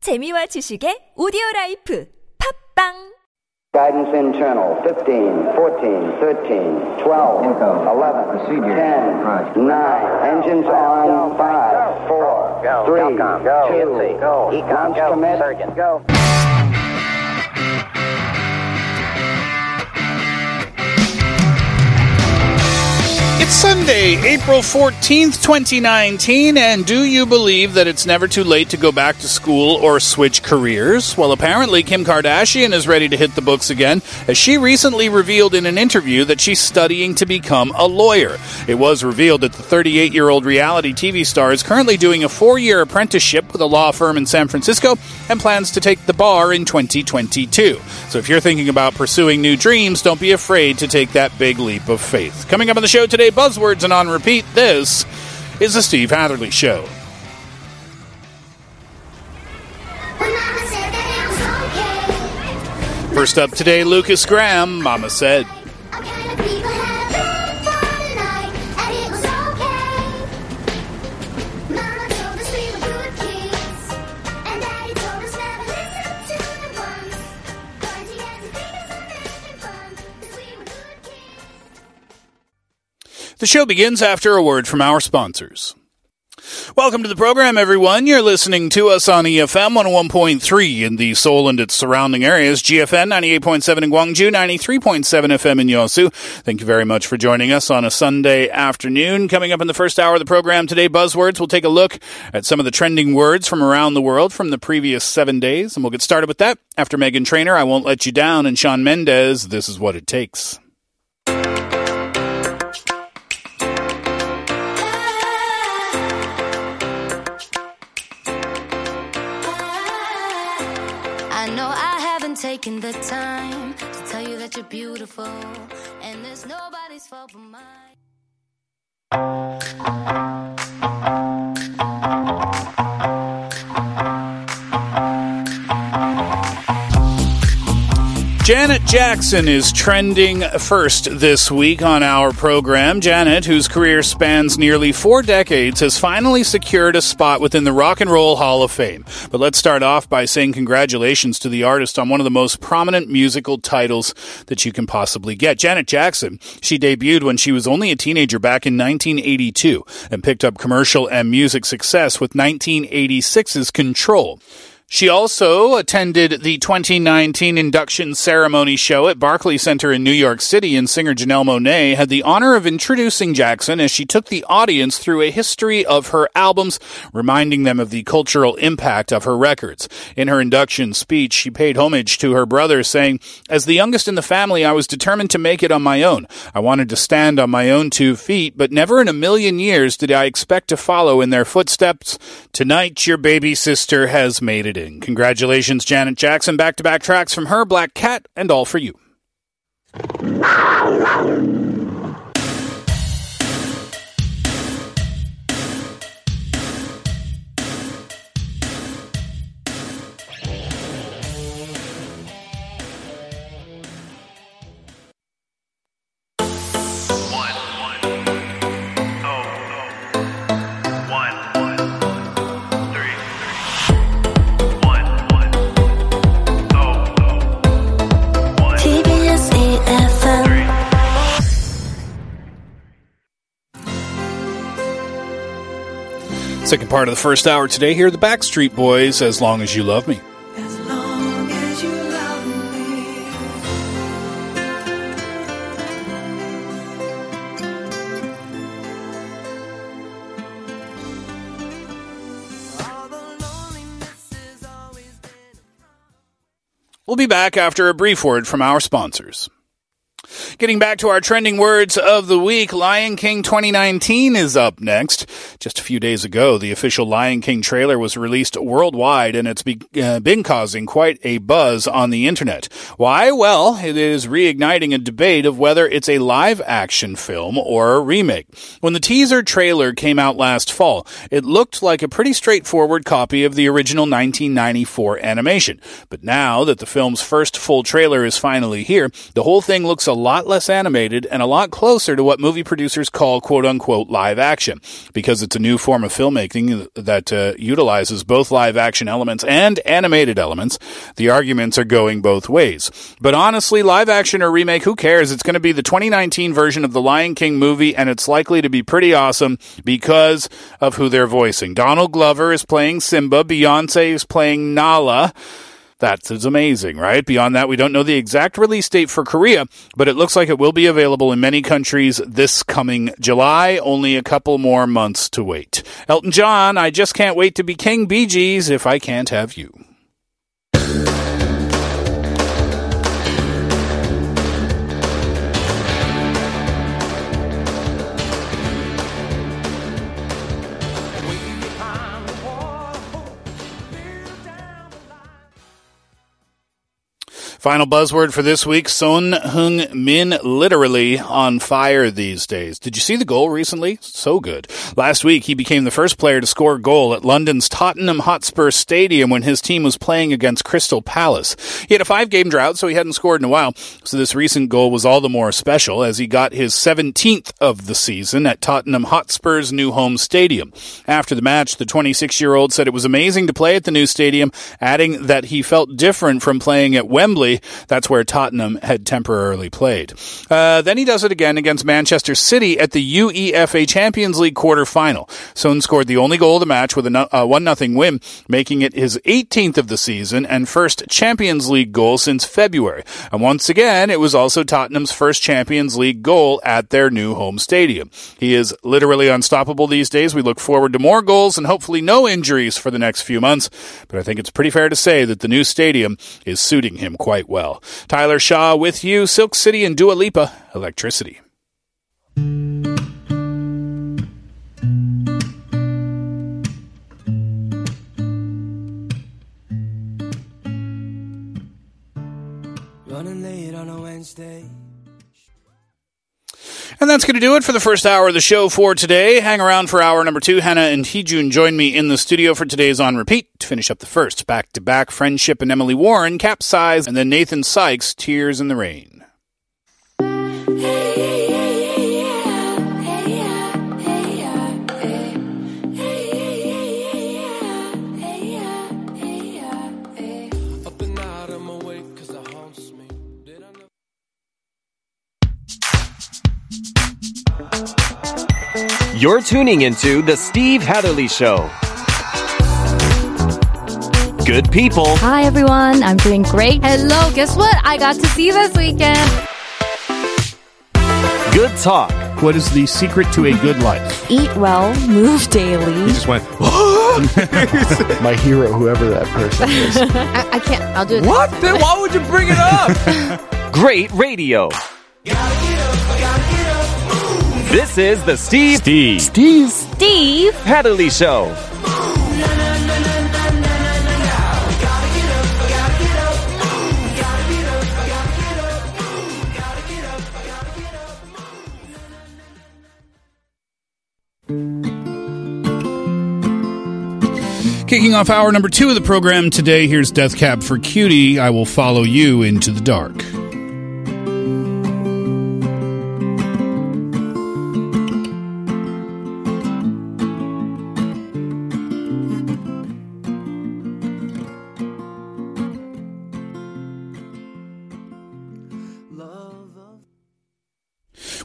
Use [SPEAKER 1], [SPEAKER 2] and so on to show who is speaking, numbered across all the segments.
[SPEAKER 1] 재미와 지식의 오디오 라이프 팝빵
[SPEAKER 2] Guidance internal 15, 14, 13, 12,
[SPEAKER 3] Income.
[SPEAKER 2] 11,
[SPEAKER 3] Procedure.
[SPEAKER 2] 10,
[SPEAKER 3] Right.
[SPEAKER 2] 9, engines on 5, 4, 3, 2, launch commit.
[SPEAKER 4] It's Sunday, April 14th, 2019, and do you believe that it's never too late to go back to school or switch careers? Well, apparently, Kim Kardashian is ready to hit the books again, as she recently revealed in an interview that she's studying to become a lawyer. It was revealed that the 38 year old reality TV star is currently doing a four year apprenticeship with a law firm in San Francisco and plans to take the bar in 2022. So if you're thinking about pursuing new dreams, don't be afraid to take that big leap of faith. Coming up on the show today, buzzwords and on repeat, this is the Steve Hatherley Show.
[SPEAKER 5] When Mama said that it was okay,
[SPEAKER 4] First up today, Lucas Graham, Mama said.
[SPEAKER 5] I kind of people had a bad fun tonight, and it was okay. Mama told us we were good kids, and Daddy told us never listen to the ones. Pointing at the fingers and making fun, 'cause we were good kids.
[SPEAKER 4] The show begins after a word from our sponsors. Welcome to the program, everyone. You're listening to us on E EFM 101.3 in the Seoul and its surrounding areas, GFN 98.7 in Gwangju, 93.7 FM in Yosu. Thank you very much for joining us on a Sunday afternoon. Coming up in the first hour of the program today, Buzzwords. We'll take a look at some of the trending words from around the world from the previous seven days, and we'll get started with that after Megan Trainer, I Won't Let You Down, and Sean Mendez, This Is What It Takes.
[SPEAKER 6] I know I haven't taken the time to tell you that you're beautiful, and there's nobody's fault but mine.
[SPEAKER 4] Janet Jackson is trending first this week on our program. Janet, whose career spans nearly four decades, has finally secured a spot within the Rock and Roll Hall of Fame. But let's start off by saying congratulations to the artist on one of the most prominent musical titles that you can possibly get. Janet Jackson, she debuted when she was only a teenager back in 1982 and picked up commercial and music success with 1986's Control. She also attended the 2019 induction ceremony show at Barclay Center in New York City, and singer Janelle Monet had the honor of introducing Jackson as she took the audience through a history of her albums, reminding them of the cultural impact of her records. In her induction speech, she paid homage to her brother, saying, As the youngest in the family, I was determined to make it on my own. I wanted to stand on my own two feet, but never in a million years did I expect to follow in their footsteps. Tonight, your baby sister has made it in. Congratulations, Janet Jackson. Back to back tracks from her, Black Cat, and all for you.
[SPEAKER 6] TBS EFM.
[SPEAKER 4] Second part of the first hour today, here are the Backstreet Boys, As Long as You Love Me.
[SPEAKER 7] As long as you love me.
[SPEAKER 4] We'll be back after a brief word from our sponsors. Getting back to our trending words of the week, Lion King 2019 is up next. Just a few days ago, the official Lion King trailer was released worldwide and it's be, uh, been causing quite a buzz on the internet. Why? Well, it is reigniting a debate of whether it's a live action film or a remake. When the teaser trailer came out last fall, it looked like a pretty straightforward copy of the original 1994 animation. But now that the film's first full trailer is finally here, the whole thing looks a lot less animated and a lot closer to what movie producers call quote unquote live action because it's a new form of filmmaking that uh, utilizes both live action elements and animated elements. The arguments are going both ways. But honestly, live action or remake, who cares? It's going to be the 2019 version of the Lion King movie and it's likely to be pretty awesome because of who they're voicing. Donald Glover is playing Simba, Beyonce is playing Nala. That is amazing, right? Beyond that, we don't know the exact release date for Korea, but it looks like it will be available in many countries this coming July. Only a couple more months to wait. Elton John, I just can't wait to be King Bee Gees if I can't have you. Final buzzword for this week Son Hung Min literally on fire these days. Did you see the goal recently? So good. Last week, he became the first player to score a goal at London's Tottenham Hotspur Stadium when his team was playing against Crystal Palace. He had a five game drought, so he hadn't scored in a while. So this recent goal was all the more special as he got his 17th of the season at Tottenham Hotspur's new home stadium. After the match, the 26 year old said it was amazing to play at the new stadium, adding that he felt different from playing at Wembley. That's where Tottenham had temporarily played. Uh, then he does it again against Manchester City at the UEFA Champions League quarterfinal. Soon scored the only goal of the match with a 1 0 win, making it his 18th of the season and first Champions League goal since February. And once again, it was also Tottenham's first Champions League goal at their new home stadium. He is literally unstoppable these days. We look forward to more goals and hopefully no injuries for the next few months. But I think it's pretty fair to say that the new stadium is suiting him quite well. Tyler Shaw with you, Silk City and Dua Lipa, Electricity.
[SPEAKER 7] Running late on a Wednesday.
[SPEAKER 4] And that's going to do it for the first hour of the show for today. Hang around for hour number two. Hannah and Heejun join me in the studio for today's On Repeat to finish up the first back to back Friendship and Emily Warren, Capsize, and then Nathan Sykes, Tears in the Rain.
[SPEAKER 7] Up and out, I'm awake cause it haunts me. Did I know?
[SPEAKER 3] You're tuning into The Steve Hatherley Show. Good people,
[SPEAKER 8] Hi everyone, I'm doing great. Hello, guess what? I got to see this weekend.
[SPEAKER 3] good talk,
[SPEAKER 9] What is the secret to a good life?
[SPEAKER 8] Eat well, move daily.
[SPEAKER 9] Just went,
[SPEAKER 10] My hero, whoever that person is.
[SPEAKER 8] I, I can't. I'll do it.
[SPEAKER 3] What? Then why would you bring it up? Great radio. This is the Steve, Steve.
[SPEAKER 8] Steve.
[SPEAKER 3] Hatherley Show.
[SPEAKER 4] Kicking off hour number two of the program today, here's Death Cab for Cutie. I will follow you into the dark.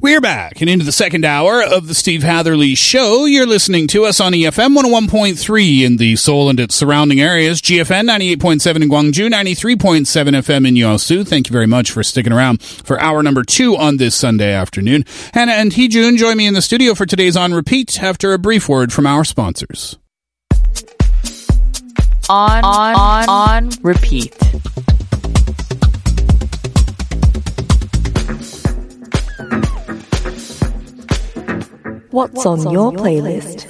[SPEAKER 4] We're back and into the second hour of the Steve Hatherley Show. You're listening to us on E EFM 101.3 in the Seoul and its surrounding areas, GFN 98.7 in Gwangju, 93.7 FM in Yeosu. Thank you very much for sticking around for hour number two on this Sunday afternoon. Hannah and Heejun join me in the studio for today's On Repeat after a brief word from our sponsors.
[SPEAKER 11] on on on on repeat.
[SPEAKER 8] What's, on, your, playlist?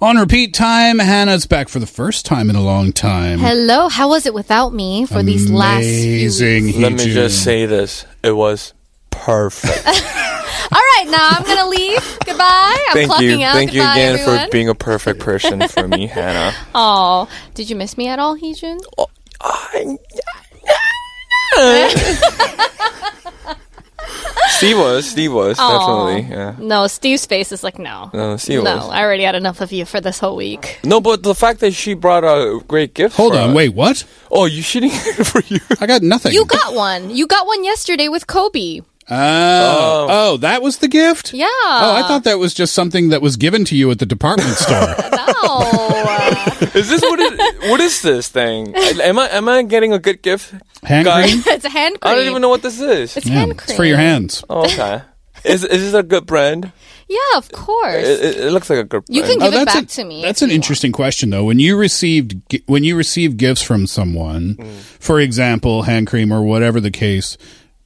[SPEAKER 4] On Repeat time, Hannah's back for the first time in a long time.
[SPEAKER 8] Hello, how was it without me for these last few weeks?
[SPEAKER 4] Amazing,
[SPEAKER 12] Let me
[SPEAKER 4] Heejun.
[SPEAKER 12] just say this. It was perfect.
[SPEAKER 8] All right, now I'm going to leave. Goodbye. I'm
[SPEAKER 12] Thank
[SPEAKER 8] clocking
[SPEAKER 12] you.
[SPEAKER 8] out.
[SPEAKER 12] Thank you
[SPEAKER 8] Goodbye,
[SPEAKER 12] again
[SPEAKER 8] everyone.
[SPEAKER 12] for being a perfect person for me, Hannah.
[SPEAKER 8] Aw, did you miss me at all, Heejun?
[SPEAKER 12] I, Steve was. Steve was
[SPEAKER 8] Aw.
[SPEAKER 12] definitely. Yeah.
[SPEAKER 8] No, Steve's face is like, no.
[SPEAKER 12] No, Steve
[SPEAKER 8] No,
[SPEAKER 12] was.
[SPEAKER 8] I already had enough of you for this whole week.
[SPEAKER 12] No, but the fact that she brought a great gift.
[SPEAKER 4] Hold
[SPEAKER 12] for
[SPEAKER 4] on,
[SPEAKER 12] us-
[SPEAKER 4] wait, what?
[SPEAKER 12] Oh, you shitting for you?
[SPEAKER 4] I got nothing.
[SPEAKER 8] You got one. You got one yesterday with Kobe.
[SPEAKER 4] Oh, oh, that was the gift?
[SPEAKER 8] Yeah.
[SPEAKER 4] Oh, I thought that was just something that was given to you at the department store.
[SPEAKER 8] Oh, uh,
[SPEAKER 12] Is this what? It, what is this thing? Am I am I getting a good gift?
[SPEAKER 4] Hand
[SPEAKER 12] Guy?
[SPEAKER 4] cream?
[SPEAKER 8] it's a hand cream.
[SPEAKER 12] I don't even know what this is.
[SPEAKER 8] It's
[SPEAKER 4] Yeah,
[SPEAKER 8] hand cream.
[SPEAKER 4] it's for your hands.
[SPEAKER 12] Oh, okay. is is this a good brand?
[SPEAKER 8] Yeah, of
[SPEAKER 12] It,
[SPEAKER 8] course.
[SPEAKER 12] it, it looks like a good brand.
[SPEAKER 8] You can give it
[SPEAKER 4] Oh, that's
[SPEAKER 8] back
[SPEAKER 4] a-
[SPEAKER 8] to me.
[SPEAKER 4] That's
[SPEAKER 8] if
[SPEAKER 4] an
[SPEAKER 8] you want.
[SPEAKER 4] interesting question, though. When you received gi- when you receive gifts from someone, for example, hand cream or whatever the case,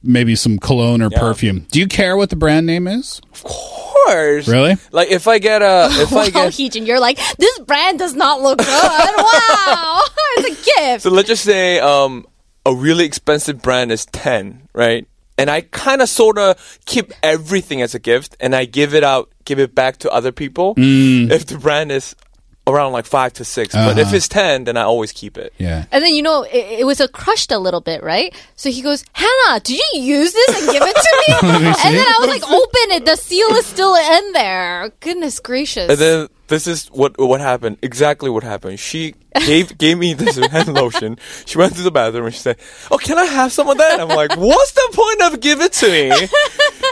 [SPEAKER 4] maybe some cologne or perfume. Do you care what the brand name is?
[SPEAKER 12] of course.
[SPEAKER 4] Really?
[SPEAKER 12] Like if I get a if I
[SPEAKER 8] Wow,
[SPEAKER 12] get
[SPEAKER 8] Heejin, you're like, this brand does not look good. wow. It's a gift.
[SPEAKER 12] So let's just say um, a really expensive brand is 10, right? And I kind of sort of keep everything as a gift and I give it out, give it back to other people
[SPEAKER 4] Mm.
[SPEAKER 12] if the brand is around like 5 to 6. But if it's 10, then I always keep it.
[SPEAKER 4] Uh-huh. Yeah.
[SPEAKER 8] And then you know it, it was a crushed a little bit, right? So he goes, Hannah, did you use this and give it to me?
[SPEAKER 4] Let me see.
[SPEAKER 8] and then I was like, open it. The seal is still in there. Goodness gracious!
[SPEAKER 12] And then this is what what happened. Exactly what happened. She gave gave me this hand lotion. She went to the bathroom and she said, "Oh, can I have some of that?" I'm like, "What's the point of give it to me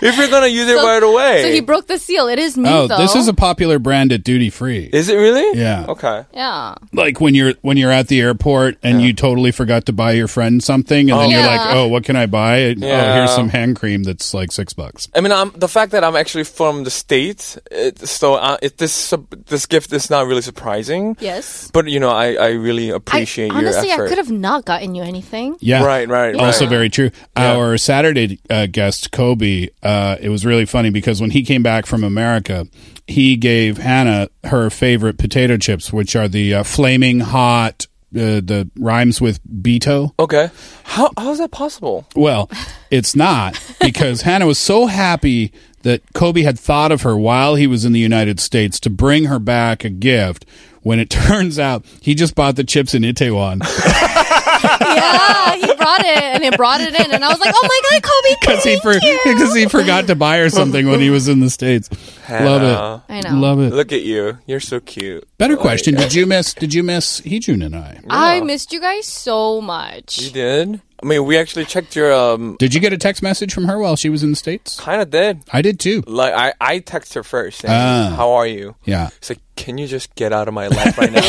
[SPEAKER 12] if you're gonna use it
[SPEAKER 8] So-
[SPEAKER 12] right away?"
[SPEAKER 8] So he broke the seal. It is new
[SPEAKER 4] Oh,
[SPEAKER 8] though.
[SPEAKER 4] this is a popular brand at duty free.
[SPEAKER 12] is it really?
[SPEAKER 4] Yeah.
[SPEAKER 12] Okay.
[SPEAKER 8] yeah.
[SPEAKER 4] like when you're when you're at the airport and you totally forgot to buy your friend something, and then you're
[SPEAKER 8] Yeah.
[SPEAKER 4] like, "Oh, what can I buy? And, Oh,
[SPEAKER 12] Yeah.
[SPEAKER 4] here's some hand cream that's like six bucks."
[SPEAKER 12] I mean, I'm, the fact that I'm actually from the states, it, so uh, it, this sup- this gift is not really surprising.
[SPEAKER 8] Yes.
[SPEAKER 12] But you know, I, I really appreciate
[SPEAKER 8] I, honestly,
[SPEAKER 12] your effort.
[SPEAKER 8] I could have not gotten you anything.
[SPEAKER 4] Yeah,
[SPEAKER 12] Right, right, right.
[SPEAKER 4] Also, very true. Our Saturday uh, guest Kobe, uh, it was really funny because when he came back from America, he gave Hannah her favorite potato chips, which are the uh, flaming hot. Uh, the rhymes with Beto.
[SPEAKER 12] Okay. How how is that possible?
[SPEAKER 4] Well, it's not because Hannah was so happy that Kobe had thought of her while he was in the United States to bring her back a gift. When it turns out he just bought the chips in Itaewon
[SPEAKER 8] yeah, Ah, he brought it and it brought it in, and I was like, oh my god, Kobe,
[SPEAKER 4] because he for-
[SPEAKER 8] thank you.
[SPEAKER 4] because he forgot to buy her something when he was in the states. Love it,
[SPEAKER 8] I know.
[SPEAKER 4] love it.
[SPEAKER 12] Look at you. You're so cute.
[SPEAKER 4] Better question: Did you miss? Did you miss Heejun and I?
[SPEAKER 8] I missed you guys so
[SPEAKER 12] You
[SPEAKER 8] much.
[SPEAKER 12] did. I mean, we actually checked your um.
[SPEAKER 4] Did you get a text message from her while she was in the states?
[SPEAKER 12] Kind of did.
[SPEAKER 4] I did too.
[SPEAKER 12] Like I I text her first. Saying,
[SPEAKER 4] Ah.
[SPEAKER 12] How are you?
[SPEAKER 4] Yeah,
[SPEAKER 12] It's like, can you just get out of my life right now?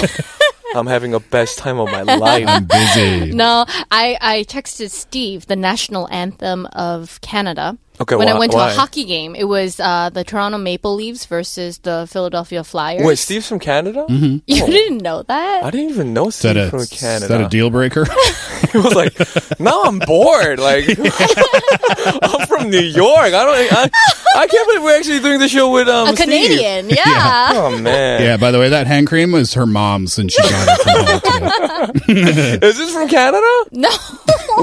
[SPEAKER 12] I'm having the best time of my life.
[SPEAKER 4] I'm busy.
[SPEAKER 8] No, I, I texted Steve the national anthem of Canada.
[SPEAKER 12] Okay,
[SPEAKER 8] when I
[SPEAKER 12] why-
[SPEAKER 8] went to
[SPEAKER 12] why?
[SPEAKER 8] a hockey game, it was uh, the Toronto Maple Leafs versus the Philadelphia Flyers.
[SPEAKER 12] Wait, Steve's from Canada? Mm-hmm.
[SPEAKER 8] you didn't know that?
[SPEAKER 12] I didn't even know
[SPEAKER 4] Is that
[SPEAKER 12] Steve
[SPEAKER 4] a
[SPEAKER 12] from
[SPEAKER 4] is
[SPEAKER 12] Canada.
[SPEAKER 4] that a deal breaker?
[SPEAKER 12] He was like, "Now I'm bored. Like, I'm from New York. I don't. I, I can't believe we're actually doing the show with um
[SPEAKER 8] a
[SPEAKER 12] Steve.
[SPEAKER 8] Canadian, yeah.
[SPEAKER 12] Oh man,
[SPEAKER 4] Yeah, by the way, that hand cream was her mom's and she got it from home. too.
[SPEAKER 12] is this from Canada?
[SPEAKER 8] No,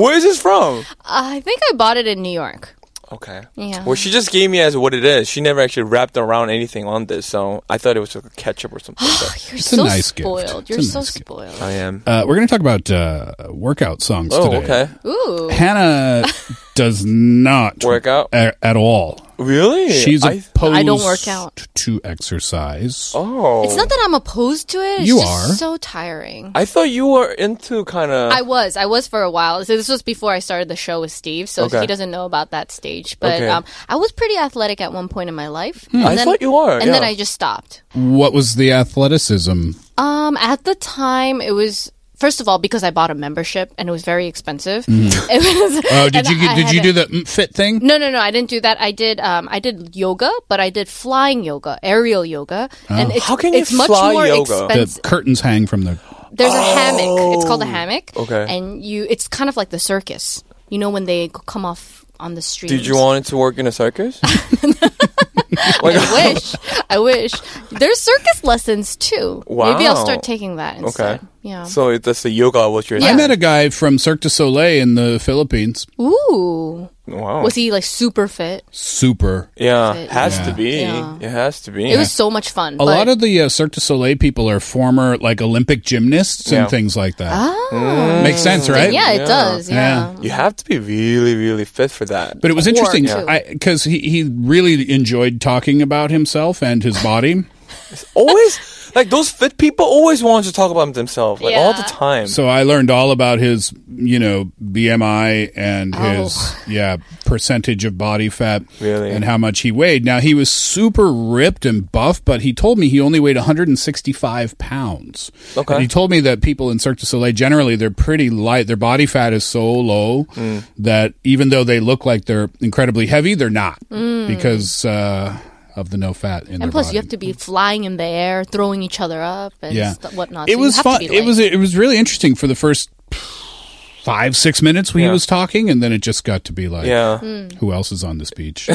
[SPEAKER 12] Where is this from?
[SPEAKER 8] I think I bought it in New York.
[SPEAKER 12] Okay.
[SPEAKER 8] Yeah.
[SPEAKER 12] Well, she just gave me as what it is. She never actually wrapped around anything on this, so I thought it was like ketchup or something. But
[SPEAKER 8] You're
[SPEAKER 4] a
[SPEAKER 8] so
[SPEAKER 4] nice gift.
[SPEAKER 8] spoiled.
[SPEAKER 4] It's
[SPEAKER 8] You're
[SPEAKER 4] a
[SPEAKER 8] so
[SPEAKER 4] nice gift.
[SPEAKER 8] spoiled.
[SPEAKER 12] I am.
[SPEAKER 4] Uh, we're going to talk about uh, workout songs
[SPEAKER 12] Oh,
[SPEAKER 4] today.
[SPEAKER 12] okay.
[SPEAKER 8] Ooh,
[SPEAKER 4] Hannah does not
[SPEAKER 12] Work out?
[SPEAKER 4] a- at all.
[SPEAKER 12] Really?
[SPEAKER 4] She's
[SPEAKER 12] I-
[SPEAKER 4] opposed
[SPEAKER 8] I don't work out.
[SPEAKER 4] to exercise.
[SPEAKER 12] oh.
[SPEAKER 8] it's not that I'm opposed to it. It's
[SPEAKER 4] You
[SPEAKER 8] just
[SPEAKER 4] are.
[SPEAKER 8] so tiring.
[SPEAKER 12] I thought you were into kind of.
[SPEAKER 8] I was. I was for a while. So this was before I started the show with Steve, so
[SPEAKER 12] Okay.
[SPEAKER 8] he doesn't know about that stage. But
[SPEAKER 12] Okay.
[SPEAKER 8] um, I was pretty athletic at one point in my life.
[SPEAKER 4] Hmm.
[SPEAKER 8] And
[SPEAKER 12] I thought you were,
[SPEAKER 8] And then
[SPEAKER 12] yeah.
[SPEAKER 8] I just stopped.
[SPEAKER 4] What was the athleticism?
[SPEAKER 8] Um, at the time, it was. First of all, because I bought a membership and it was very expensive. It was,
[SPEAKER 4] Mm. Oh, did
[SPEAKER 8] and
[SPEAKER 4] you get,
[SPEAKER 8] I
[SPEAKER 4] did you
[SPEAKER 8] had
[SPEAKER 4] do
[SPEAKER 8] a-
[SPEAKER 4] the mm, fit thing?
[SPEAKER 8] No, no, no. I didn't do that. I did. Um, I did yoga, but I did flying yoga, aerial yoga, and it's,
[SPEAKER 12] How can you
[SPEAKER 8] it's much
[SPEAKER 12] fly
[SPEAKER 8] more
[SPEAKER 12] yoga?
[SPEAKER 8] expensive.
[SPEAKER 4] Oh. The curtains hang from the.
[SPEAKER 8] There's a hammock. It's called a hammock.
[SPEAKER 12] Oh, Okay.
[SPEAKER 8] And you, it's kind of like the circus. You know when they c- come off on the street.
[SPEAKER 12] Did you want to work in a circus? Like-
[SPEAKER 8] I wish. I wish. There's circus lessons too. Maybe I'll
[SPEAKER 12] Wow.
[SPEAKER 8] start taking that instead.
[SPEAKER 12] Okay.
[SPEAKER 8] Yeah.
[SPEAKER 12] So that's the yoga what you're
[SPEAKER 4] I met a guy from Cirque du Soleil in the Philippines.
[SPEAKER 8] Ooh.
[SPEAKER 12] Wow.
[SPEAKER 8] Was he like super fit?
[SPEAKER 4] Super.
[SPEAKER 12] Yeah,
[SPEAKER 8] Fit.
[SPEAKER 12] has
[SPEAKER 4] Yeah.
[SPEAKER 12] to be.
[SPEAKER 8] Yeah.
[SPEAKER 12] It has to be.
[SPEAKER 8] It was so much fun.
[SPEAKER 4] A lot of the uh, Cirque du Soleil people are former like Olympic gymnasts
[SPEAKER 12] Yeah.
[SPEAKER 4] and things like that.
[SPEAKER 8] Ah.
[SPEAKER 4] Makes sense, right?
[SPEAKER 8] Yeah, it does. Yeah.
[SPEAKER 12] You have to be really, really fit for that.
[SPEAKER 4] But it was
[SPEAKER 8] Or
[SPEAKER 4] interesting
[SPEAKER 8] two.
[SPEAKER 4] because he, he really enjoyed talking about himself and his body.
[SPEAKER 12] always like those fit people always want to talk about themselves like all the
[SPEAKER 8] Yeah.
[SPEAKER 12] time.
[SPEAKER 4] so I learned all about his, you know, BMI
[SPEAKER 8] Oh.
[SPEAKER 4] and his, yeah, percentage of body fat
[SPEAKER 12] Really?
[SPEAKER 4] and how much he weighed. Now, he was super ripped and buff, but he told me he only weighed 165 pounds.
[SPEAKER 12] Okay.
[SPEAKER 4] And he told me that people in Cirque du Soleil, generally, they're pretty light. Their body fat is so low
[SPEAKER 8] Mm.
[SPEAKER 4] that even though they look like they're incredibly heavy, they're not because uh, of the no fat in
[SPEAKER 8] Mm. And
[SPEAKER 4] their
[SPEAKER 8] plus,
[SPEAKER 4] body.
[SPEAKER 8] you have to be flying in the air, throwing each other up, and
[SPEAKER 4] Yeah.
[SPEAKER 8] st- whatnot.
[SPEAKER 4] It
[SPEAKER 8] So you
[SPEAKER 4] was
[SPEAKER 8] have to
[SPEAKER 4] fun.
[SPEAKER 8] be
[SPEAKER 4] It was
[SPEAKER 8] light.
[SPEAKER 4] it was really interesting for the first five six minutes when he
[SPEAKER 12] Yeah.
[SPEAKER 4] was talking, and then it just got to be like,
[SPEAKER 12] yeah.
[SPEAKER 8] Hmm.
[SPEAKER 4] who else is on this beach?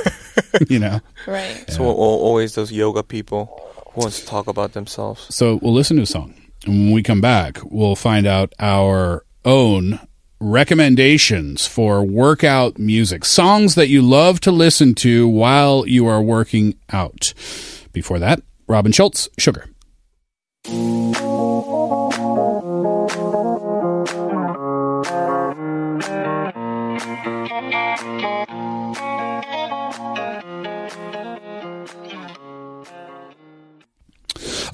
[SPEAKER 4] you know.
[SPEAKER 8] right.
[SPEAKER 12] So al- always those yoga people who wants to talk about themselves.
[SPEAKER 4] So we'll listen to a song, and when we come back, we'll find out our own recommendations for workout music, songs that you love to listen to while you are working out. Before that, Robin Schultz, Sugar.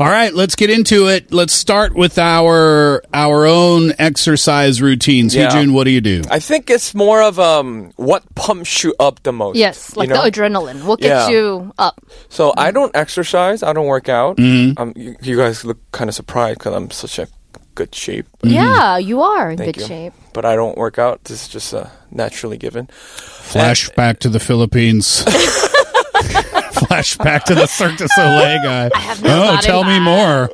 [SPEAKER 4] All right, let's get into it. Let's start with our our own exercise routines.
[SPEAKER 12] Yeah.
[SPEAKER 4] Heejun, what do you do?
[SPEAKER 12] I think it's more of um what pumps you up the most.
[SPEAKER 8] Yes, like
[SPEAKER 12] you know?
[SPEAKER 8] the adrenaline. What gets
[SPEAKER 12] Yeah.
[SPEAKER 8] you up?
[SPEAKER 12] So I don't exercise. I don't work out. Um, you, you guys look kind of surprised because I'm such a good shape.
[SPEAKER 4] Mm-hmm.
[SPEAKER 8] Yeah, you are in
[SPEAKER 12] Thank
[SPEAKER 8] good
[SPEAKER 12] you.
[SPEAKER 8] shape.
[SPEAKER 12] But I don't work out. This is just uh, naturally given.
[SPEAKER 4] Flashback to the Philippines. Flashback to the Cirque du Soleil guy. oh,
[SPEAKER 8] no body
[SPEAKER 4] tell me
[SPEAKER 8] fat.
[SPEAKER 4] more.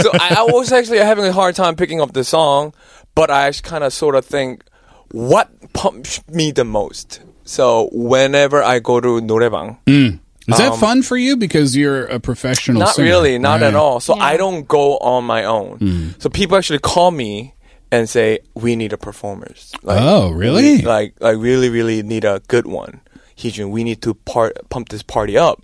[SPEAKER 12] so I, I was actually having a hard time picking up the song, but I kind of sort of think what pumps me the most. So whenever I go to 노래방,
[SPEAKER 4] Is that fun for you? Because you're a professional.
[SPEAKER 12] Um, not
[SPEAKER 4] singer,
[SPEAKER 12] really, not at
[SPEAKER 4] right?
[SPEAKER 12] all.
[SPEAKER 4] Hmm.
[SPEAKER 12] So I don't go on my own. So people actually call me and say we need a performers. Like,
[SPEAKER 4] Oh, really?
[SPEAKER 12] we- like I really, really need a good one. Heejun, we need to part, pump this party up.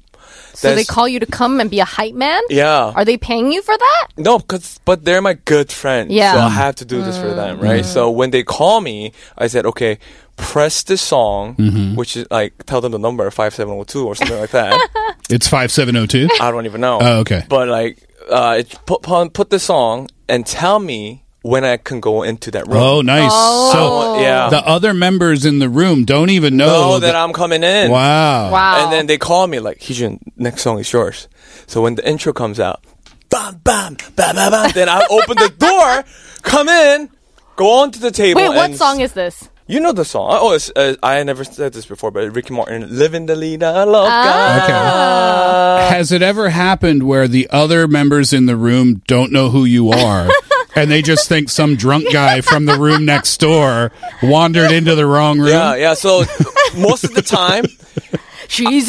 [SPEAKER 8] So they call you to come and be a hype man?
[SPEAKER 12] Yeah.
[SPEAKER 8] Are they paying you for that?
[SPEAKER 12] No, because but they're my good friends.
[SPEAKER 8] Yeah. Mm.
[SPEAKER 12] So I have to do this for
[SPEAKER 4] Mm.
[SPEAKER 12] them, right? So when they call me, I said, okay, press this song,
[SPEAKER 4] Mm-hmm.
[SPEAKER 12] which is like tell them the number five seven zero two or something like that.
[SPEAKER 4] It's five seven zero two.
[SPEAKER 12] I don't even know.
[SPEAKER 4] Oh, okay.
[SPEAKER 12] But like, uh, it, put put put the song and tell me when I can go into that room.
[SPEAKER 4] Oh, nice.
[SPEAKER 12] Oh, yeah.
[SPEAKER 4] So the other members in the room don't even
[SPEAKER 12] know
[SPEAKER 4] know,
[SPEAKER 12] that I'm coming in.
[SPEAKER 4] Wow.
[SPEAKER 8] Wow.
[SPEAKER 12] And then they call me like, Heejun, next song is yours. So when the intro comes out, bam, bam, bam, bam, bam, then I open the door, come in, go on to the table.
[SPEAKER 8] Wait, what
[SPEAKER 12] and-
[SPEAKER 8] song is this?
[SPEAKER 12] You know the song. Oh, it's, uh, I never said this before, but Ricky Martin, Living the Leader, I Love
[SPEAKER 8] Ah.
[SPEAKER 12] God.
[SPEAKER 4] Has it ever happened where the other members in the room don't know who you are and they just think some drunk guy from the room next door wandered into the wrong room?
[SPEAKER 12] Yeah, yeah. So most of the time,
[SPEAKER 8] She's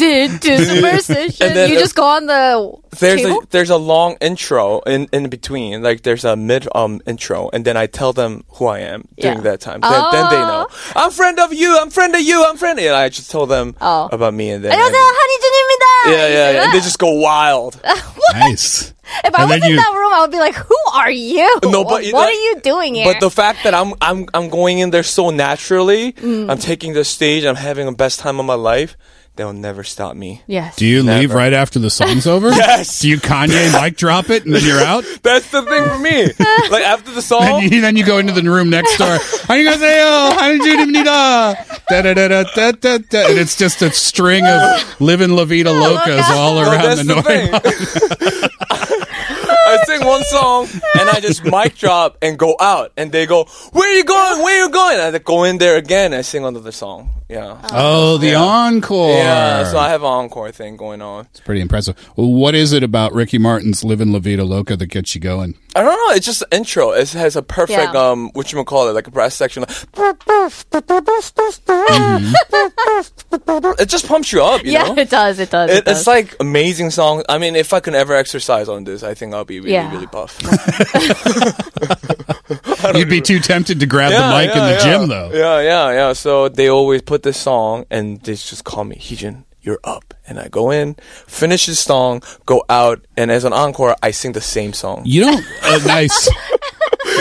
[SPEAKER 8] into superstition.
[SPEAKER 12] And then
[SPEAKER 8] you
[SPEAKER 12] the-
[SPEAKER 8] just go on the
[SPEAKER 12] there's
[SPEAKER 8] table?
[SPEAKER 12] a there's a long intro in, in between like there's a mid um intro and then I tell them who I am during
[SPEAKER 8] Yeah.
[SPEAKER 12] that time then, then they know I'm friend of you I'm friend of you I'm friend of you. and I just tell them
[SPEAKER 8] Oh.
[SPEAKER 12] about me and then
[SPEAKER 8] 안녕하세요, 한희준입니다.
[SPEAKER 12] yeah yeah,
[SPEAKER 8] You
[SPEAKER 12] yeah.
[SPEAKER 8] say
[SPEAKER 12] and they
[SPEAKER 8] that.
[SPEAKER 12] just go wild
[SPEAKER 4] Nice.
[SPEAKER 8] if I
[SPEAKER 4] and
[SPEAKER 8] was
[SPEAKER 4] then
[SPEAKER 8] in
[SPEAKER 4] you-
[SPEAKER 8] that room, I would be like, "Who are you?
[SPEAKER 12] no
[SPEAKER 8] what
[SPEAKER 12] but
[SPEAKER 8] are
[SPEAKER 12] you- like-
[SPEAKER 8] you doing here?"
[SPEAKER 12] but the fact that I'm I'm I'm going in there so naturally
[SPEAKER 8] Mm.
[SPEAKER 12] I'm taking the stage I'm having the best time of my life they'll never stop me
[SPEAKER 8] yes.
[SPEAKER 4] Do you leave
[SPEAKER 12] Never.
[SPEAKER 4] right after the song's over?
[SPEAKER 12] Yes.
[SPEAKER 4] Do you Kanye mic drop it and then you're out?
[SPEAKER 12] that's the thing for me like after the song
[SPEAKER 4] And you, then you go into the room next door. 안녕하세요. 한준입니다. Da-da-da-da-da-da. And it's just a string of living La Vida Locas all
[SPEAKER 12] No,
[SPEAKER 4] around the noise.
[SPEAKER 12] I sing one song and I just mic drop and go out, and they go, "Where you going? Where you going?" And I go in there again. I sing another song. Yeah.
[SPEAKER 4] Oh, the encore.
[SPEAKER 12] Yeah, so I have an encore thing going on.
[SPEAKER 4] It's pretty impressive. Well, what is it about Ricky Martin's "Livin' La Vida Loca" that gets you going?
[SPEAKER 12] I don't know. It's just the intro. It has a perfect
[SPEAKER 8] Yeah.
[SPEAKER 12] um, what you call it, like a brass section. Like, it just pumps you up. You
[SPEAKER 8] Mm-hmm.
[SPEAKER 12] know?
[SPEAKER 8] yeah, it does. It does. It,
[SPEAKER 12] It,
[SPEAKER 8] does.
[SPEAKER 12] it's like amazing song. I mean, if I can ever exercise on this, I think I'll be really,
[SPEAKER 8] Yeah.
[SPEAKER 12] really buff.
[SPEAKER 4] You'd be too tempted to grab the mic in the
[SPEAKER 12] yeah.
[SPEAKER 4] gym, though.
[SPEAKER 12] Yeah, yeah, yeah. So they always put this song, and they just call me Heejin. You're up, and I go in, finish this song, go out, and as an encore, I sing the same song
[SPEAKER 4] You don't. Uh, nice.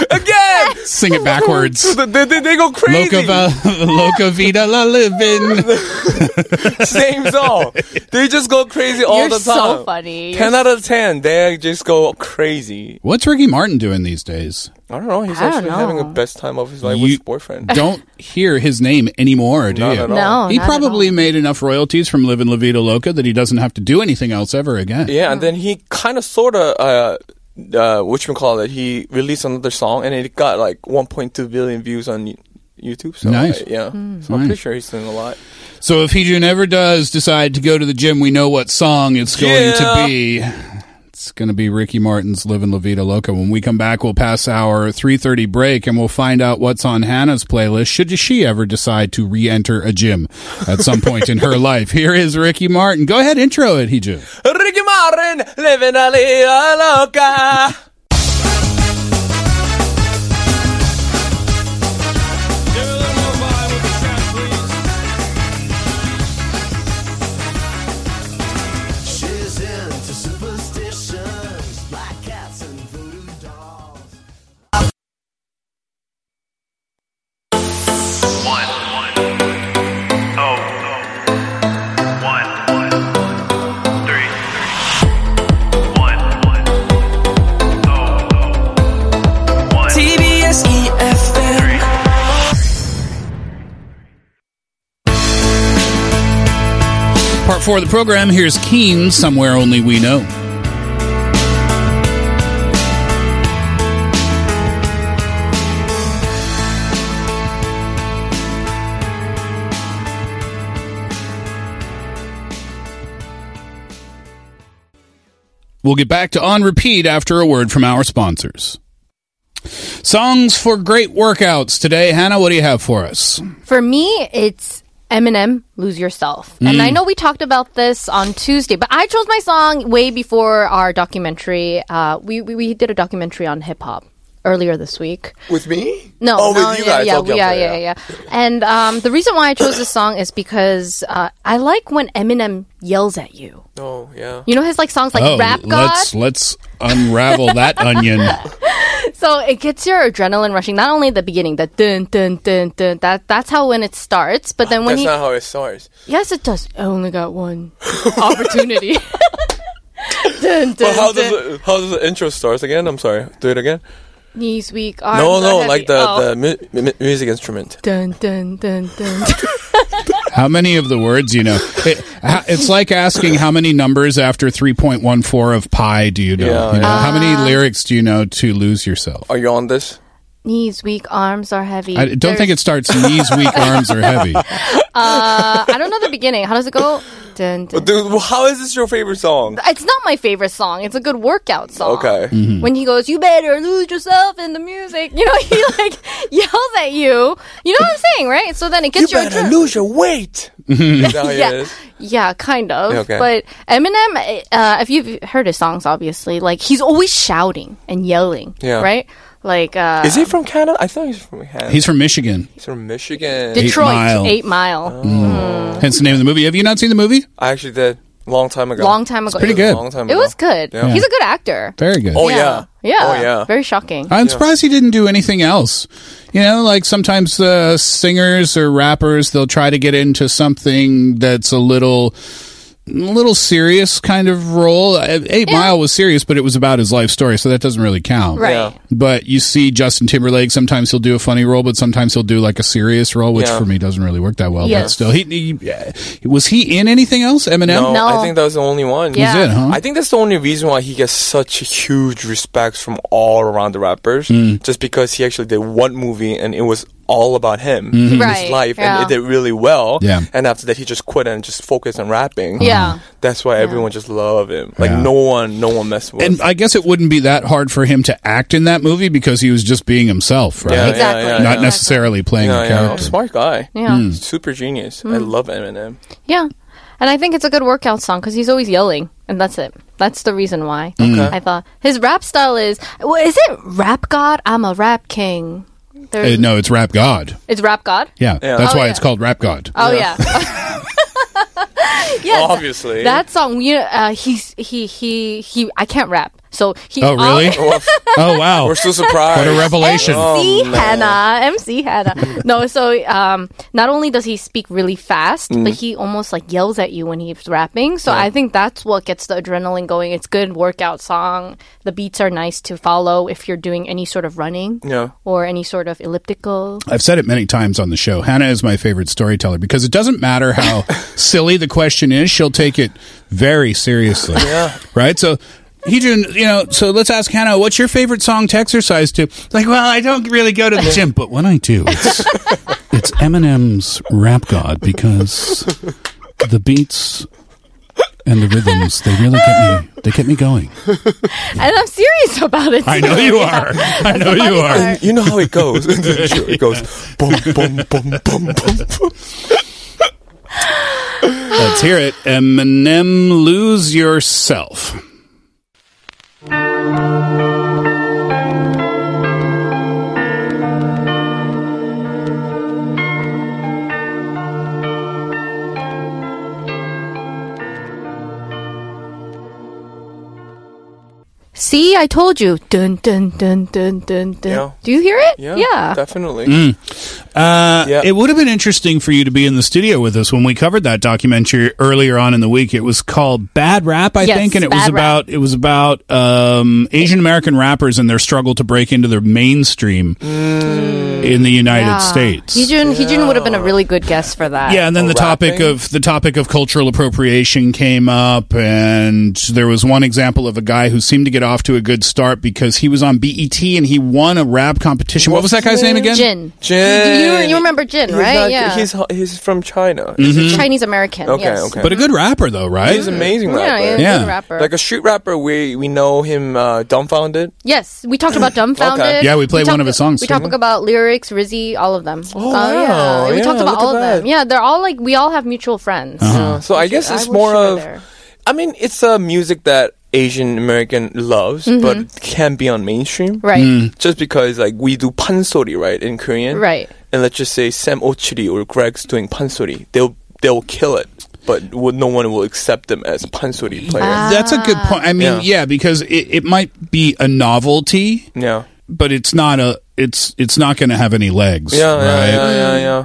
[SPEAKER 12] again.
[SPEAKER 4] Sing it backwards.
[SPEAKER 12] they, they- they go crazy.
[SPEAKER 4] Loca, va- loca vida la livin.
[SPEAKER 12] Same song. They just go crazy all
[SPEAKER 8] You're
[SPEAKER 12] the time.
[SPEAKER 8] so funny. You're
[SPEAKER 12] Ten out of ten, they just go crazy.
[SPEAKER 4] What's Ricky Martin doing these days?
[SPEAKER 12] I don't know. He's
[SPEAKER 8] I don't
[SPEAKER 12] actually having the
[SPEAKER 8] know.
[SPEAKER 12] best time of his life
[SPEAKER 4] You
[SPEAKER 12] with his boyfriend.
[SPEAKER 4] Don't hear his name anymore, do
[SPEAKER 12] Not
[SPEAKER 4] you?
[SPEAKER 12] at all.
[SPEAKER 8] No,
[SPEAKER 4] He
[SPEAKER 8] not at
[SPEAKER 4] probably
[SPEAKER 8] all.
[SPEAKER 4] made enough royalties from "Livin' La Vida Loca" that he doesn't have to do anything else ever again.
[SPEAKER 12] Yeah,
[SPEAKER 8] Hmm.
[SPEAKER 12] and then he kind of sort of uh, uh, which we call it. He released another song, and it got like 1.2 billion views on y- YouTube. So
[SPEAKER 4] Nice.
[SPEAKER 12] uh, yeah,
[SPEAKER 8] Hmm.
[SPEAKER 12] so I'm
[SPEAKER 4] Nice.
[SPEAKER 12] pretty sure he's doing a lot.
[SPEAKER 4] So if Heejun ever does decide to go to the gym, we know what song it's going to
[SPEAKER 12] Yeah.
[SPEAKER 4] be. It's going to be Ricky Martin's "Livin' La Vida Loca." When we come back, we'll pass our three thirty break, and we'll find out what's on Hannah's playlist. Should she ever decide to re-enter a gym at some point in her life? Here is Ricky Martin. Go ahead, intro it, Heejun.
[SPEAKER 12] Ricky Martin, living a vida loca.
[SPEAKER 11] TBS EFM.
[SPEAKER 4] Part four of the program. Here's Keen. Somewhere only we know. We'll get back to on repeat after a word from our sponsors. Songs for great workouts today. Hannah, what do you have for us?
[SPEAKER 8] For me, it's Eminem, Lose Yourself. And
[SPEAKER 12] Mm.
[SPEAKER 8] I know we talked about this on Tuesday, but I chose my song way before our documentary. Uh, we, we, we did a documentary on hip hop earlier this week.
[SPEAKER 12] With me?
[SPEAKER 8] No,
[SPEAKER 12] Oh,
[SPEAKER 8] no,
[SPEAKER 12] with you
[SPEAKER 8] yeah,
[SPEAKER 12] guys.
[SPEAKER 8] Yeah,
[SPEAKER 12] Okay,
[SPEAKER 8] yeah,
[SPEAKER 12] okay,
[SPEAKER 8] yeah,
[SPEAKER 12] yeah.
[SPEAKER 8] yeah, And um, the reason why I chose this song is because uh, I like when Eminem yells at you.
[SPEAKER 12] Oh yeah.
[SPEAKER 8] You know his like songs like Rap God.
[SPEAKER 4] Oh, let's let's unravel that onion.
[SPEAKER 8] So it gets your adrenaline rushing. Not only the beginning, the dun dun dun dun. That that's how when it starts. But then when
[SPEAKER 12] That's
[SPEAKER 8] he
[SPEAKER 12] not how it starts.
[SPEAKER 8] Yes, it does. I only got one opportunity. dun, dun,
[SPEAKER 12] But how does
[SPEAKER 8] dun.
[SPEAKER 12] it, how does the intro starts again? I'm sorry. Do it again.
[SPEAKER 8] Knees weak, arms
[SPEAKER 12] no, no,
[SPEAKER 8] are
[SPEAKER 12] like
[SPEAKER 8] heavy.
[SPEAKER 12] the
[SPEAKER 8] Oh.
[SPEAKER 12] the mu- mu- music instrument.
[SPEAKER 8] Dun, dun, dun, dun.
[SPEAKER 4] How many of the words you know? It, ha- it's like asking how many numbers after three point one four of pi do you know?
[SPEAKER 12] Yeah,
[SPEAKER 4] You know, How many lyrics do you know to lose yourself?
[SPEAKER 12] Are you on this?
[SPEAKER 8] Knees weak, arms are heavy.
[SPEAKER 4] I don't think
[SPEAKER 8] There's-
[SPEAKER 4] it starts knees weak, arms are heavy.
[SPEAKER 8] Uh, I don't know the beginning. How does it go? Dun, dun.
[SPEAKER 12] Dude, how is this your favorite song?
[SPEAKER 8] It's not my favorite song. It's a good workout song.
[SPEAKER 12] Okay.
[SPEAKER 4] Hmm. Mm-hmm.
[SPEAKER 8] When he goes, you better lose yourself in the music. You know, he like yells at you. You know what I'm saying, right? So then it gets your adrenaline.
[SPEAKER 12] lose your weight. Is that how it
[SPEAKER 8] yeah,
[SPEAKER 12] is?
[SPEAKER 8] yeah, kind of.
[SPEAKER 12] Okay.
[SPEAKER 8] But Eminem, uh, if you've heard his songs, obviously, like he's always shouting and yelling.
[SPEAKER 12] Yeah.
[SPEAKER 8] Right. Like uh,
[SPEAKER 12] Is he from Canada? I thought he's from Canada.
[SPEAKER 4] He's from Michigan,
[SPEAKER 12] He's from Michigan.
[SPEAKER 8] Detroit,
[SPEAKER 4] Eight Mile.
[SPEAKER 8] Eight Mile,
[SPEAKER 12] Oh.
[SPEAKER 4] hence the name of the movie. Have you not seen the movie?
[SPEAKER 12] I actually did long time ago.
[SPEAKER 8] long time ago.
[SPEAKER 4] pretty
[SPEAKER 8] It-
[SPEAKER 4] good.
[SPEAKER 12] Long time
[SPEAKER 8] It
[SPEAKER 12] ago.
[SPEAKER 8] was good.
[SPEAKER 12] Yeah.
[SPEAKER 8] He's a good actor.
[SPEAKER 4] Very good.
[SPEAKER 12] Oh yeah.
[SPEAKER 8] Yeah.
[SPEAKER 12] Oh yeah.
[SPEAKER 8] Very shocking.
[SPEAKER 4] I'm surprised he didn't do anything else. You know, like sometimes uh, singers or rappers, they'll try to get into something that's a little, a little serious kind of role. Uh, Eight Mile was serious, but it was about his life story, so that doesn't really count.
[SPEAKER 8] right.
[SPEAKER 12] Yeah.
[SPEAKER 4] But you see Justin Timberlake, sometimes he'll do a funny role, but sometimes he'll do like a serious role, which
[SPEAKER 12] Yeah.
[SPEAKER 4] for me doesn't really work that well. But
[SPEAKER 8] Yes.
[SPEAKER 4] still, he, he uh, was he in anything else? Eminem?
[SPEAKER 12] No,
[SPEAKER 8] No.
[SPEAKER 12] I think that was the only one.
[SPEAKER 8] Yeah.
[SPEAKER 4] That's it, huh?
[SPEAKER 12] I think that's the only reason why he gets such Hmm. huge respects from all around the rappers, just because he actually did one movie and it was all about him,
[SPEAKER 8] Mhm.
[SPEAKER 12] his
[SPEAKER 8] Right,
[SPEAKER 12] life,
[SPEAKER 8] yeah.
[SPEAKER 12] and it did really well.
[SPEAKER 4] Yeah.
[SPEAKER 12] And after that, he just quit and just focused on rapping.
[SPEAKER 8] Yeah.
[SPEAKER 12] That's why everyone just loved him. Like no one, no one messed with.
[SPEAKER 4] And I guess it wouldn't be that hard for him to act in that movie because he was just being himself, right?
[SPEAKER 12] Yeah, yeah, Exactly. yeah,
[SPEAKER 4] Not
[SPEAKER 12] yeah.
[SPEAKER 4] necessarily playing
[SPEAKER 12] yeah,
[SPEAKER 4] a
[SPEAKER 12] yeah.
[SPEAKER 4] character.
[SPEAKER 12] smart guy.
[SPEAKER 4] Hmm.
[SPEAKER 8] Yeah. Hmm. Mm.
[SPEAKER 12] super genius. I love Eminem.
[SPEAKER 8] Yeah. And I think it's a good workout song because he's always yelling, and that's it. That's the reason why.
[SPEAKER 12] Okay.
[SPEAKER 8] I thought his rap style is well, is it rap god? I'm a rap king.
[SPEAKER 4] Uh,
[SPEAKER 8] There's,
[SPEAKER 4] no, it's Rap God.
[SPEAKER 8] It's rap god.
[SPEAKER 4] Yeah, that's
[SPEAKER 8] Oh,
[SPEAKER 4] why
[SPEAKER 8] yeah.
[SPEAKER 4] it's called Rap God.
[SPEAKER 8] Oh yeah. yeah.
[SPEAKER 12] Obviously.
[SPEAKER 8] That song, you know, uh, he's he he he. I can't rap, so he.
[SPEAKER 4] Oh really? oh wow!
[SPEAKER 12] We're Oh, so surprised.
[SPEAKER 4] What a revelation!
[SPEAKER 8] MC
[SPEAKER 12] man.
[SPEAKER 8] Hannah, MC Hannah. No, so um, not only does he speak really fast,
[SPEAKER 12] Mm.
[SPEAKER 8] but he almost like yells at you when he's rapping. So
[SPEAKER 12] Yeah.
[SPEAKER 8] I think that's what gets the adrenaline going. It's good workout song. The beats are nice to follow if you're doing any sort of running
[SPEAKER 4] Yeah.
[SPEAKER 8] or any sort of elliptical.
[SPEAKER 4] I've said it many times on the show. Hannah is my favorite storyteller because it doesn't matter how silly the question is, she'll take it very seriously. Yeah. Right? So Heejun, you know, so let's ask Hannah, what's your favorite song to exercise to? Like, well, I don't really go to the gym, but when I do, it's, it's Eminem's Rap God because the beats and the rhythms, they really get me, they get me going.
[SPEAKER 8] And I'm serious about it.
[SPEAKER 4] I know
[SPEAKER 8] too.
[SPEAKER 4] you
[SPEAKER 8] Yeah.
[SPEAKER 4] are. I know you are.
[SPEAKER 12] You know how it goes. it goes boom, boom, boom, boom, boom, boom.
[SPEAKER 4] Let's hear it. Eminem, lose yourself.
[SPEAKER 8] See, I told you. Dun dun dun dun dun dun.
[SPEAKER 4] Yeah.
[SPEAKER 8] Do you hear it?
[SPEAKER 12] Yeah,
[SPEAKER 8] yeah.
[SPEAKER 12] definitely.
[SPEAKER 4] Mm. Uh, It would have been interesting for you to be in the studio with us when we covered that documentary earlier on in the week. It was called Bad Rap, I
[SPEAKER 8] Yes,
[SPEAKER 4] think, and it was
[SPEAKER 8] Bad Rap.
[SPEAKER 4] about it was about um, Asian American rappers and their struggle to break into the mainstream in the United States.
[SPEAKER 8] Heejun, Heejun would have been a really good guest for that.
[SPEAKER 4] Yeah, and then the topic of the topic of cultural appropriation came up, and there was one example of a guy who seemed to get off to a good start because he was on BET and he won a rap competition. What was that guy's name again?
[SPEAKER 8] Jin.
[SPEAKER 4] Jin.
[SPEAKER 8] You, you remember Jin,
[SPEAKER 12] He's
[SPEAKER 8] right?
[SPEAKER 12] not-
[SPEAKER 8] yeah.
[SPEAKER 12] He's he's from China.
[SPEAKER 4] Mhm.
[SPEAKER 8] Chinese American.
[SPEAKER 12] Okay,
[SPEAKER 8] yes.
[SPEAKER 12] okay.
[SPEAKER 4] But a good rapper though, right?
[SPEAKER 12] He's an amazing
[SPEAKER 8] Yeah,
[SPEAKER 12] rapper.
[SPEAKER 8] he's a good Yeah. rapper.
[SPEAKER 12] Like a street rapper, we we know him uh, dumbfounded.
[SPEAKER 8] Yes, we talked about dumbfounded.
[SPEAKER 12] Okay. Yeah, we played one
[SPEAKER 8] talked-
[SPEAKER 12] of his songs,
[SPEAKER 8] We
[SPEAKER 12] too.
[SPEAKER 8] talked about lyrics, Rizzy, all of them. Oh
[SPEAKER 12] wow.
[SPEAKER 8] We
[SPEAKER 12] Yeah,
[SPEAKER 8] talked about
[SPEAKER 12] look at
[SPEAKER 8] all of them.
[SPEAKER 12] that.
[SPEAKER 8] Yeah, they're all like we all have mutual friends.
[SPEAKER 12] Uh, so I guess
[SPEAKER 8] I
[SPEAKER 12] it's
[SPEAKER 8] wish
[SPEAKER 12] more
[SPEAKER 8] you were
[SPEAKER 12] of.
[SPEAKER 8] there.
[SPEAKER 12] I mean, it's a music that Asian American loves,
[SPEAKER 8] Mhm.
[SPEAKER 12] but can be on mainstream,
[SPEAKER 8] Right. Mm.
[SPEAKER 12] Just because like we do pansori right in Korean,
[SPEAKER 8] Right.
[SPEAKER 12] And let's just say Sam Ochiri or Greg's doing pansori, they'll they'll kill it, but would- no one will accept them as pansori
[SPEAKER 8] Ah.
[SPEAKER 12] players.
[SPEAKER 4] That's a good point. I mean, yeah,
[SPEAKER 12] Yeah.
[SPEAKER 4] because it, it might be a novelty,
[SPEAKER 12] yeah,
[SPEAKER 4] but it's not a it's it's not going to have any legs.
[SPEAKER 12] yeah, yeah,
[SPEAKER 4] right?
[SPEAKER 12] yeah, yeah, yeah.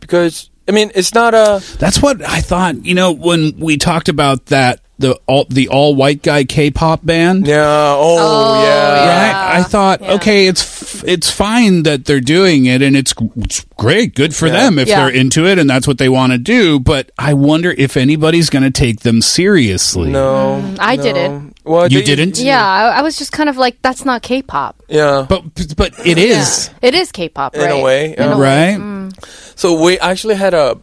[SPEAKER 12] Because I mean, it's not a
[SPEAKER 4] That's what I thought. You know, when we talked about that the all the all white guy K-pop band.
[SPEAKER 12] Yeah. Oh, yeah.
[SPEAKER 4] Right. I thought, okay, it's f- it's fine that they're doing it, and it's, g- it's great, good for them if
[SPEAKER 8] Yeah.
[SPEAKER 4] they're into it and that's what they want to do. But I wonder if anybody's going to take them seriously.
[SPEAKER 12] No,
[SPEAKER 8] Mm, I did it.
[SPEAKER 12] Well,
[SPEAKER 4] you didn't.
[SPEAKER 8] Yeah, I, I was just kind of like, that's not K-pop.
[SPEAKER 12] Yeah,
[SPEAKER 4] but but it is.
[SPEAKER 8] It is K-pop,
[SPEAKER 12] in
[SPEAKER 8] right? Mm.
[SPEAKER 12] a way,
[SPEAKER 8] In a
[SPEAKER 12] yeah.
[SPEAKER 8] way.
[SPEAKER 4] Right?
[SPEAKER 12] So we actually had a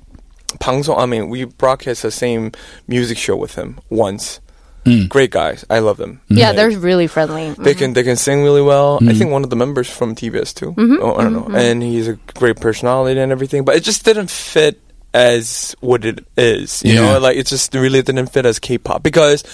[SPEAKER 12] 방송. I mean, we broadcast the same music show with him once.
[SPEAKER 4] Mm.
[SPEAKER 12] Great guys, I love them.
[SPEAKER 8] Yeah,
[SPEAKER 12] Like,
[SPEAKER 8] they're really friendly.
[SPEAKER 12] They can they can sing really well. I
[SPEAKER 4] Mhm.
[SPEAKER 12] think one of the members from TBS too.
[SPEAKER 8] Mhm,
[SPEAKER 12] Oh, I don't know,
[SPEAKER 8] mhm, mhm.
[SPEAKER 12] and he's a great personality and everything, but it just didn't fit as what it is. You
[SPEAKER 4] Yeah.
[SPEAKER 12] know, like it just really didn't fit as K-pop because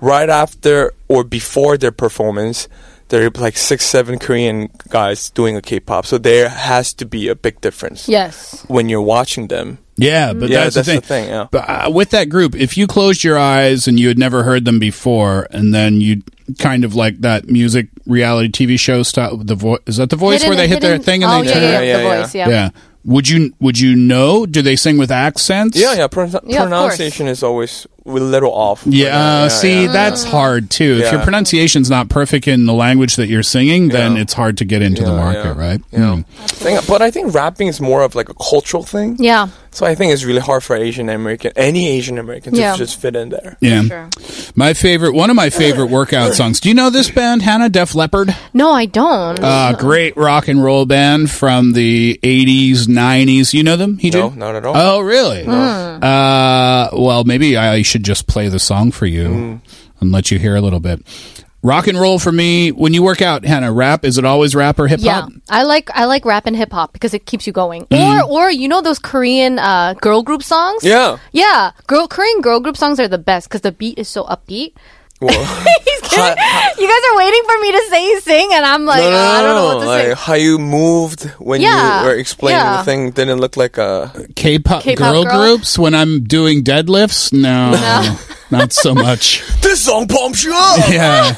[SPEAKER 12] right after or before their performance. There are like six, seven Korean guys doing a K-pop, so there has to be a big difference
[SPEAKER 8] Yes.
[SPEAKER 12] when you're watching them.
[SPEAKER 4] Yeah, but
[SPEAKER 12] Yeah,
[SPEAKER 4] that's,
[SPEAKER 12] that's
[SPEAKER 4] the
[SPEAKER 12] the
[SPEAKER 4] thing.
[SPEAKER 12] thing, yeah.
[SPEAKER 4] But uh, with that group, if you closed your eyes and you had never heard them before, and then you kind of like that music reality TV show style, the voice is that the voice
[SPEAKER 8] Hidden-
[SPEAKER 4] where they hit their thing
[SPEAKER 8] hidden-
[SPEAKER 4] and
[SPEAKER 8] oh,
[SPEAKER 4] they
[SPEAKER 8] yeah,
[SPEAKER 4] turn
[SPEAKER 8] yeah,
[SPEAKER 4] it?
[SPEAKER 8] yeah, The yeah, yeah. voice, yeah.
[SPEAKER 4] Would you would you know? Do they sing with accents?
[SPEAKER 12] Yeah, yeah. Pron-
[SPEAKER 8] Yeah, of course.
[SPEAKER 12] pronunciation is always we're a little off. uh,
[SPEAKER 4] Yeah, see,
[SPEAKER 8] Oh.
[SPEAKER 4] that's hard too. If your
[SPEAKER 12] Yeah.
[SPEAKER 4] pronunciation's not perfect in the language that you're singing, then it's hard to get into the
[SPEAKER 12] Yeah,
[SPEAKER 4] market,
[SPEAKER 12] yeah.
[SPEAKER 4] right? Hmm.
[SPEAKER 12] Yeah. Thing- but I think rapping is more of like a cultural thing.
[SPEAKER 8] Yeah.
[SPEAKER 12] So I think it's really hard for Asian American, any Asian American, to
[SPEAKER 8] Yeah.
[SPEAKER 12] just fit in there.
[SPEAKER 4] Yeah. My favorite, one of my favorite workout songs. Do you know this band, Hannah? Def Leppard?
[SPEAKER 8] No, I don't.
[SPEAKER 4] Uh, great rock and roll band from the 80s, 90s. You know them? He
[SPEAKER 12] No,
[SPEAKER 4] did?
[SPEAKER 12] not at all.
[SPEAKER 4] Oh, really? Uh, well, maybe I should just play the song for you and let you hear a little bit. Rock and roll for me, when you work out, Hannah, rap, is it always rap or hip
[SPEAKER 8] yeah,
[SPEAKER 4] hop?
[SPEAKER 8] I like I like rap and hip hop because it keeps you going. Or or you know those Korean uh, girl group songs?
[SPEAKER 12] Mm. Yeah.
[SPEAKER 8] yeah. Girl Korean girl group songs are the best because the beat is so upbeat. you guys are waiting for me to say sing, and I'm like,
[SPEAKER 12] no, no,
[SPEAKER 8] oh, I don't know
[SPEAKER 12] no,
[SPEAKER 8] what to
[SPEAKER 12] no, like
[SPEAKER 8] say.
[SPEAKER 12] how you moved when
[SPEAKER 8] Yeah,
[SPEAKER 12] you were explaining
[SPEAKER 8] yeah.
[SPEAKER 12] the thing didn't look like a
[SPEAKER 4] K pop
[SPEAKER 8] K-pop
[SPEAKER 4] girl,
[SPEAKER 8] girl?
[SPEAKER 4] groups, when I'm doing deadlifts? No, not so much.
[SPEAKER 12] this song pumps you up.
[SPEAKER 4] yeah.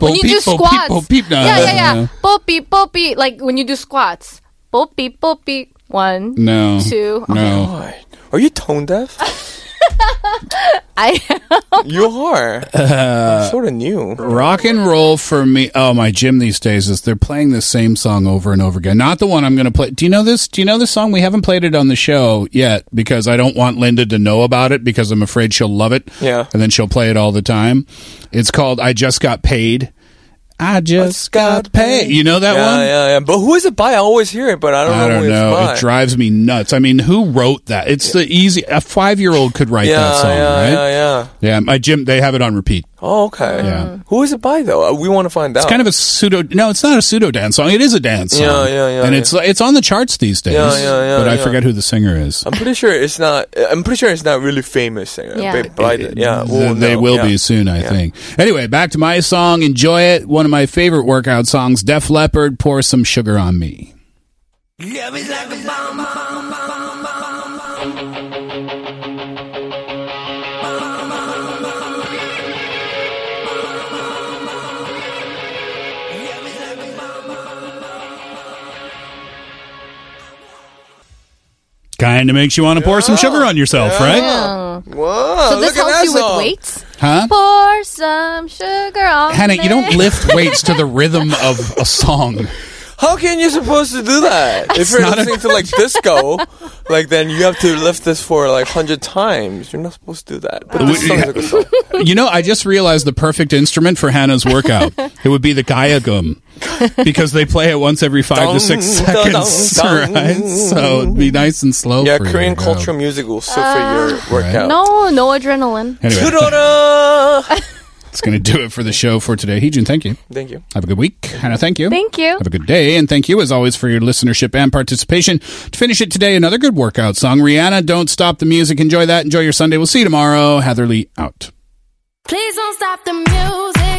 [SPEAKER 8] When you do squats,
[SPEAKER 4] no,
[SPEAKER 8] yeah, yeah, yeah.
[SPEAKER 4] no.
[SPEAKER 8] Boppy, boppy. Like when you do squats, boppy, boppy. One,
[SPEAKER 4] No.
[SPEAKER 8] two.
[SPEAKER 4] No.
[SPEAKER 12] God. Are you tone deaf?
[SPEAKER 8] I
[SPEAKER 12] you are. sort of new.
[SPEAKER 4] Rock and roll for me. Oh, my gym these days is they're playing the same song over and over again. Not the one I'm going to play. Do you know this? Do you know this song? We haven't played it on the show yet because I don't want Linda to know about it because I'm afraid she'll love it.
[SPEAKER 12] Yeah.
[SPEAKER 4] And then she'll play it all the time. It's called I Just Got Paid. I just got paid. You know that
[SPEAKER 12] yeah,
[SPEAKER 4] one?
[SPEAKER 12] yeah, yeah. But who is it by? I always hear it, but I don't
[SPEAKER 4] I
[SPEAKER 12] know
[SPEAKER 4] don't
[SPEAKER 12] who it's
[SPEAKER 4] know.
[SPEAKER 12] by.
[SPEAKER 4] It drives me nuts. I mean, who wrote that? It's the easy. A five year old could write
[SPEAKER 12] yeah,
[SPEAKER 4] that song,
[SPEAKER 12] yeah,
[SPEAKER 4] right?
[SPEAKER 12] yeah, yeah.
[SPEAKER 4] Yeah, my gym. They have it on repeat.
[SPEAKER 12] Oh,
[SPEAKER 8] Mm.
[SPEAKER 12] okay.
[SPEAKER 4] Yeah.
[SPEAKER 12] Who is it by though? Uh, We want to find out.
[SPEAKER 4] It's kind of a pseudo. No, it's not a pseudo dance song. It is a dance song.
[SPEAKER 12] Yeah, yeah, yeah,
[SPEAKER 4] And it's it's on the charts these days.
[SPEAKER 12] Yeah, yeah, yeah,
[SPEAKER 4] But I
[SPEAKER 12] yeah.
[SPEAKER 4] forget who the singer is.
[SPEAKER 12] I'm pretty sure it's not. I'm pretty sure it's not really famous. uh,
[SPEAKER 8] Yeah.
[SPEAKER 12] by- by the- yeah,
[SPEAKER 4] Th-
[SPEAKER 12] we'll
[SPEAKER 4] they
[SPEAKER 12] know,
[SPEAKER 4] will
[SPEAKER 12] yeah.
[SPEAKER 4] be soon, I think. Anyway, back to my song. Enjoy it. One of my favorite workout songs. Def Leppard. Pour some sugar on me. Kind of makes you want to pour some sugar on yourself,
[SPEAKER 12] Whoa!
[SPEAKER 4] right?
[SPEAKER 8] so this
[SPEAKER 12] Oh, look at
[SPEAKER 8] helps
[SPEAKER 12] that
[SPEAKER 8] you with
[SPEAKER 12] song.
[SPEAKER 8] weights.
[SPEAKER 4] Huh?
[SPEAKER 8] Pour some sugar on
[SPEAKER 4] Hannah,
[SPEAKER 8] me.
[SPEAKER 4] you don't lift weights to the rhythm of a song.
[SPEAKER 12] How can you supposed to do that? if you're listening to like disco, like then you have to lift this for like hundred times. You're not supposed to do that.
[SPEAKER 8] Oh.
[SPEAKER 12] But this song's a good song.
[SPEAKER 4] You know, I just realized the perfect instrument for Hannah's workout. It would be the gayagum because they play it once every five to six
[SPEAKER 12] Dun, dun, dun, dun.
[SPEAKER 4] seconds, right? So it'd be nice and slow.
[SPEAKER 12] Yeah,
[SPEAKER 4] for you
[SPEAKER 12] Korean
[SPEAKER 4] to go.
[SPEAKER 12] cultural music will suit for your workout.
[SPEAKER 8] Uh, No, no adrenaline.
[SPEAKER 4] Anyway,
[SPEAKER 12] Ta-da!
[SPEAKER 4] that's going to do it for the show for today. Heejun, thank you.
[SPEAKER 12] Thank you.
[SPEAKER 4] Have a good week. Hannah, thank you.
[SPEAKER 8] Thank you.
[SPEAKER 4] Have a good day, and thank you as always for your listenership and participation. To finish it today, another good workout song. Rihanna, don't stop the music. Enjoy that. Enjoy your Sunday. We'll see you tomorrow. Heatherly out.
[SPEAKER 6] Please don't stop the music.